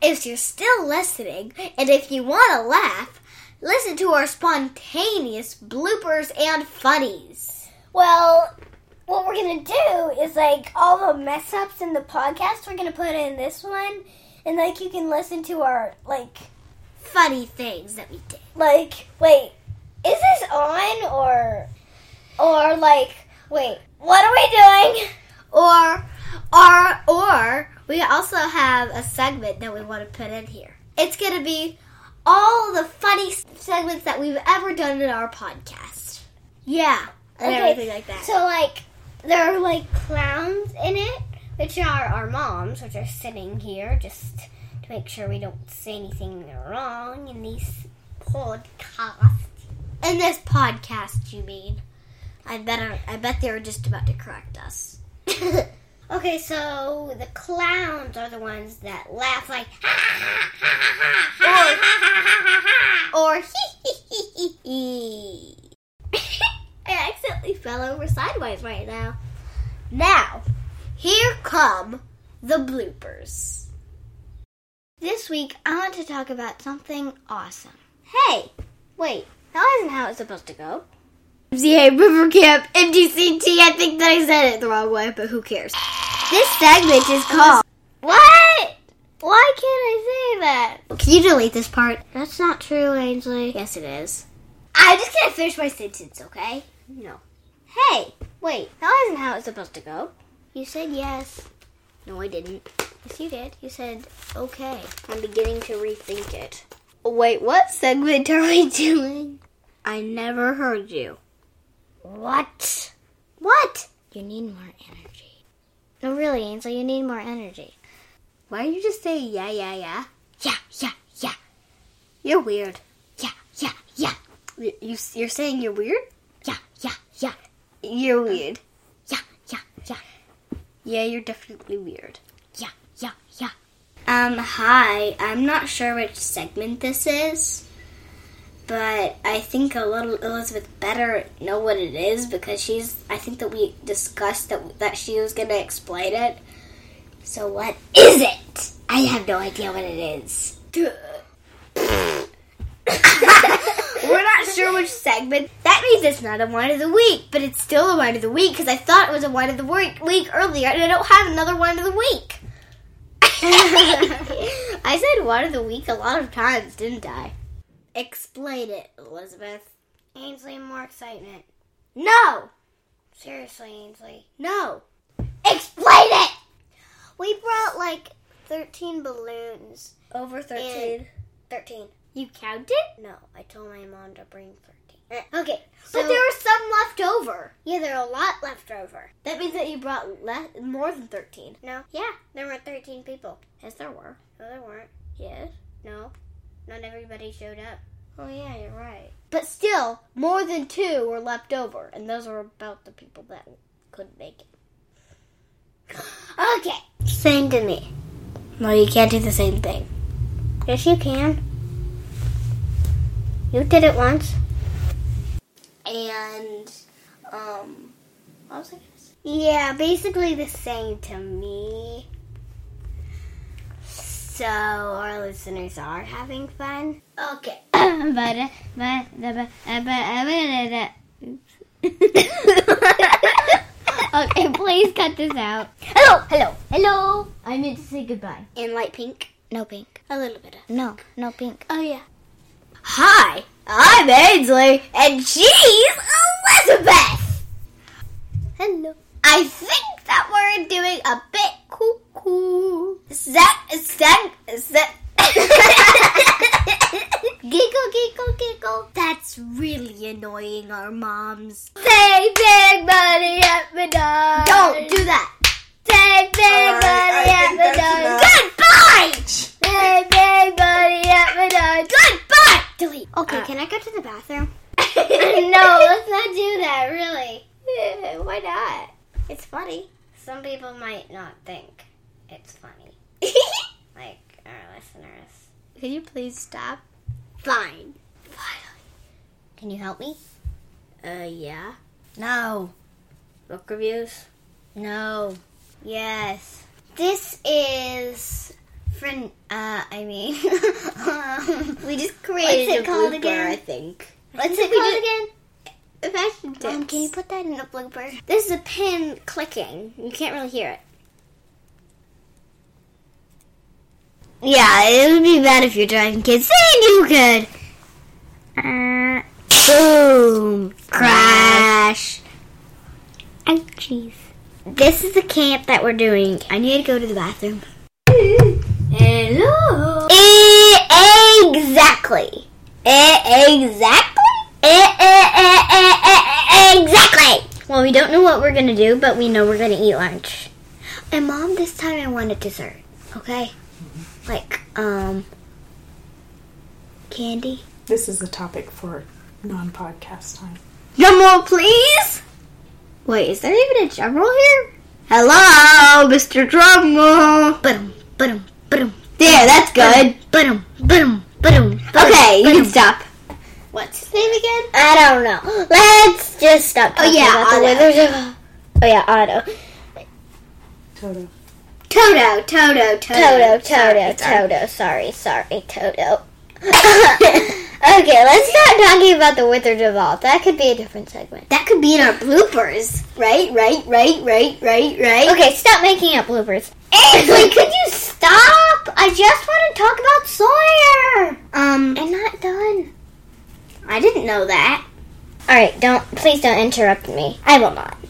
If you're still listening, and if you want to laugh, listen to our spontaneous bloopers and funnies. Well, what we're gonna do is like all the mess ups in the podcast, we're gonna put in this one, and like you can listen to our like Funny things that we did. like wait, is this on or or like wait, what are we doing? Or, or, or, we also have a segment that we want to put in here. It's going to be all the funny s- segments that we've ever done in our podcast. Yeah, and Okay, everything like that. So like there are like clowns in it, which are our moms, which are sitting here just to make sure we don't say anything wrong in these podcasts. in this podcast, you mean? I bet, I bet they were just about to correct us. okay, so the clowns are the ones that laugh like I Or hee hee hee hee hee. I accidentally fell over sideways right now. Now, here come the bloopers. This week, I want to talk about something awesome. Hey, wait, that isn't how it's supposed to go. MCA River Camp MDCT. I think that I said it the wrong way, but who cares? This segment is called. What? Why can't I say that? Can you delete this part? That's not true, Ainsley. Yes, it is. I just can't finish my sentence, okay? No. Hey, wait, that isn't how it's supposed to go. You said yes. No, I didn't. Yes, you did. You said okay. I'm beginning to rethink it. Wait, what segment are we doing? I never heard you. What? What? You need more energy. No, really, Ainsley, you need more energy. Why don't you just say yeah, yeah, yeah? Yeah, yeah, yeah. You're weird. Yeah, yeah, yeah. You, you you're saying you're weird? Yeah, yeah, yeah. You're weird. Yeah, yeah, yeah. Uh, Yeah, you're definitely weird. Yeah, yeah, yeah. Um, hi. I'm not sure which segment this is, but I think a little Elizabeth better know what it is because she's. I think that we discussed that that she was gonna explain it. So what is it? I have no idea what it is. We're not sure which segment. That means it's not a one of the week, but it's still a one of the week because I thought it was a one of the week, week earlier, and I don't have another one of the week. I said one of the week a lot of times, didn't I? Explain it, Elizabeth. Ainsley more excitement. No, Seriously, Ainsley. no. Explain it. We brought like 13 balloons. Over and- 13. You counted? No, I told my mom to bring 13. Eh, Okay, So- but there was some left over. Yeah, there are a lot left over. That means that you brought le- more than 13. No, Yeah, there were 13 people. yes, there were. No, there weren't. Yes. No, not everybody showed up. Oh, yeah, you're right. But still, more than two were left over, and those were about the people that couldn't make it. Okay, same to me. No, you can't do the same thing. Yes, you can. You did it once. And, um, what was I gonna say? Yeah, basically the same to me. So our listeners are having fun. Okay. but uh, but uh, but uh, but uh, but, uh, oops. okay, please cut this out. Hello, hello, hello. I meant to say goodbye. In light pink? No pink. A little bit of. No, no pink. Oh, yeah. Hi, I'm Ainsley, and she's Elizabeth! Hello. I think that we're doing a bit cuckoo. Zep, zep, zep. giggle, giggle, giggle. That's really annoying our moms. Say big money at the door. Don't do that. Say big money at the door. Goodbye! Say big money at the door. Goodbye! Delete. Okay, Uh, can I go to the bathroom? no, let's not. do that. Really, Why not? It's funny. some people might not think it's funny. Like our listeners. Can you please stop? Fine. Finally. Can you help me? Uh, yeah. No. Book reviews. No. Yes. This is friend. Uh, I mean, We just created What's it created a a called blooper, blooper, again? I I think. what's We it called did- again? Fashion tips. Um, can you put that in a blooper? This is a pin clicking. You can't really hear it. Yeah, it would be bad if you're driving kids. Then you could. Uh, boom! Crash! Oh, jeez. This is the camp that we're doing. I need to go to the bathroom. Hello. Eh, exactly. Eh, exactly? Eh, eh, eh, eh, eh, eh, exactly! Well, we don't know what we're gonna do, but we know we're gonna eat lunch. And mom, this time I want a dessert, okay? Like, um, candy. This is a topic for non-podcast time. Drum roll, please. Wait, is there even a drum roll here? Hello, Mr. Drum Roll. Boom, boom, boom. There, that's good. Boom, boom, boom. Okay, you can stop. What's his name again? I don't know. Let's just stop. Oh, Talking yeah, about the Otto. Wizards of. Oh yeah, Otto. Toto. Toto, Toto, Toto, Toto, Toto, Toto. Sorry, sorry, Toto. okay, let's start talking about the Wizards of Oz. That could be a different segment. That could be in our bloopers. Right, right, right, right, right, right. Okay, stop making up bloopers. Ainsley, could you stop? I just want to talk about Sawyer. Um, I'm not done. I didn't know that. All right, don't please don't interrupt me. I will not.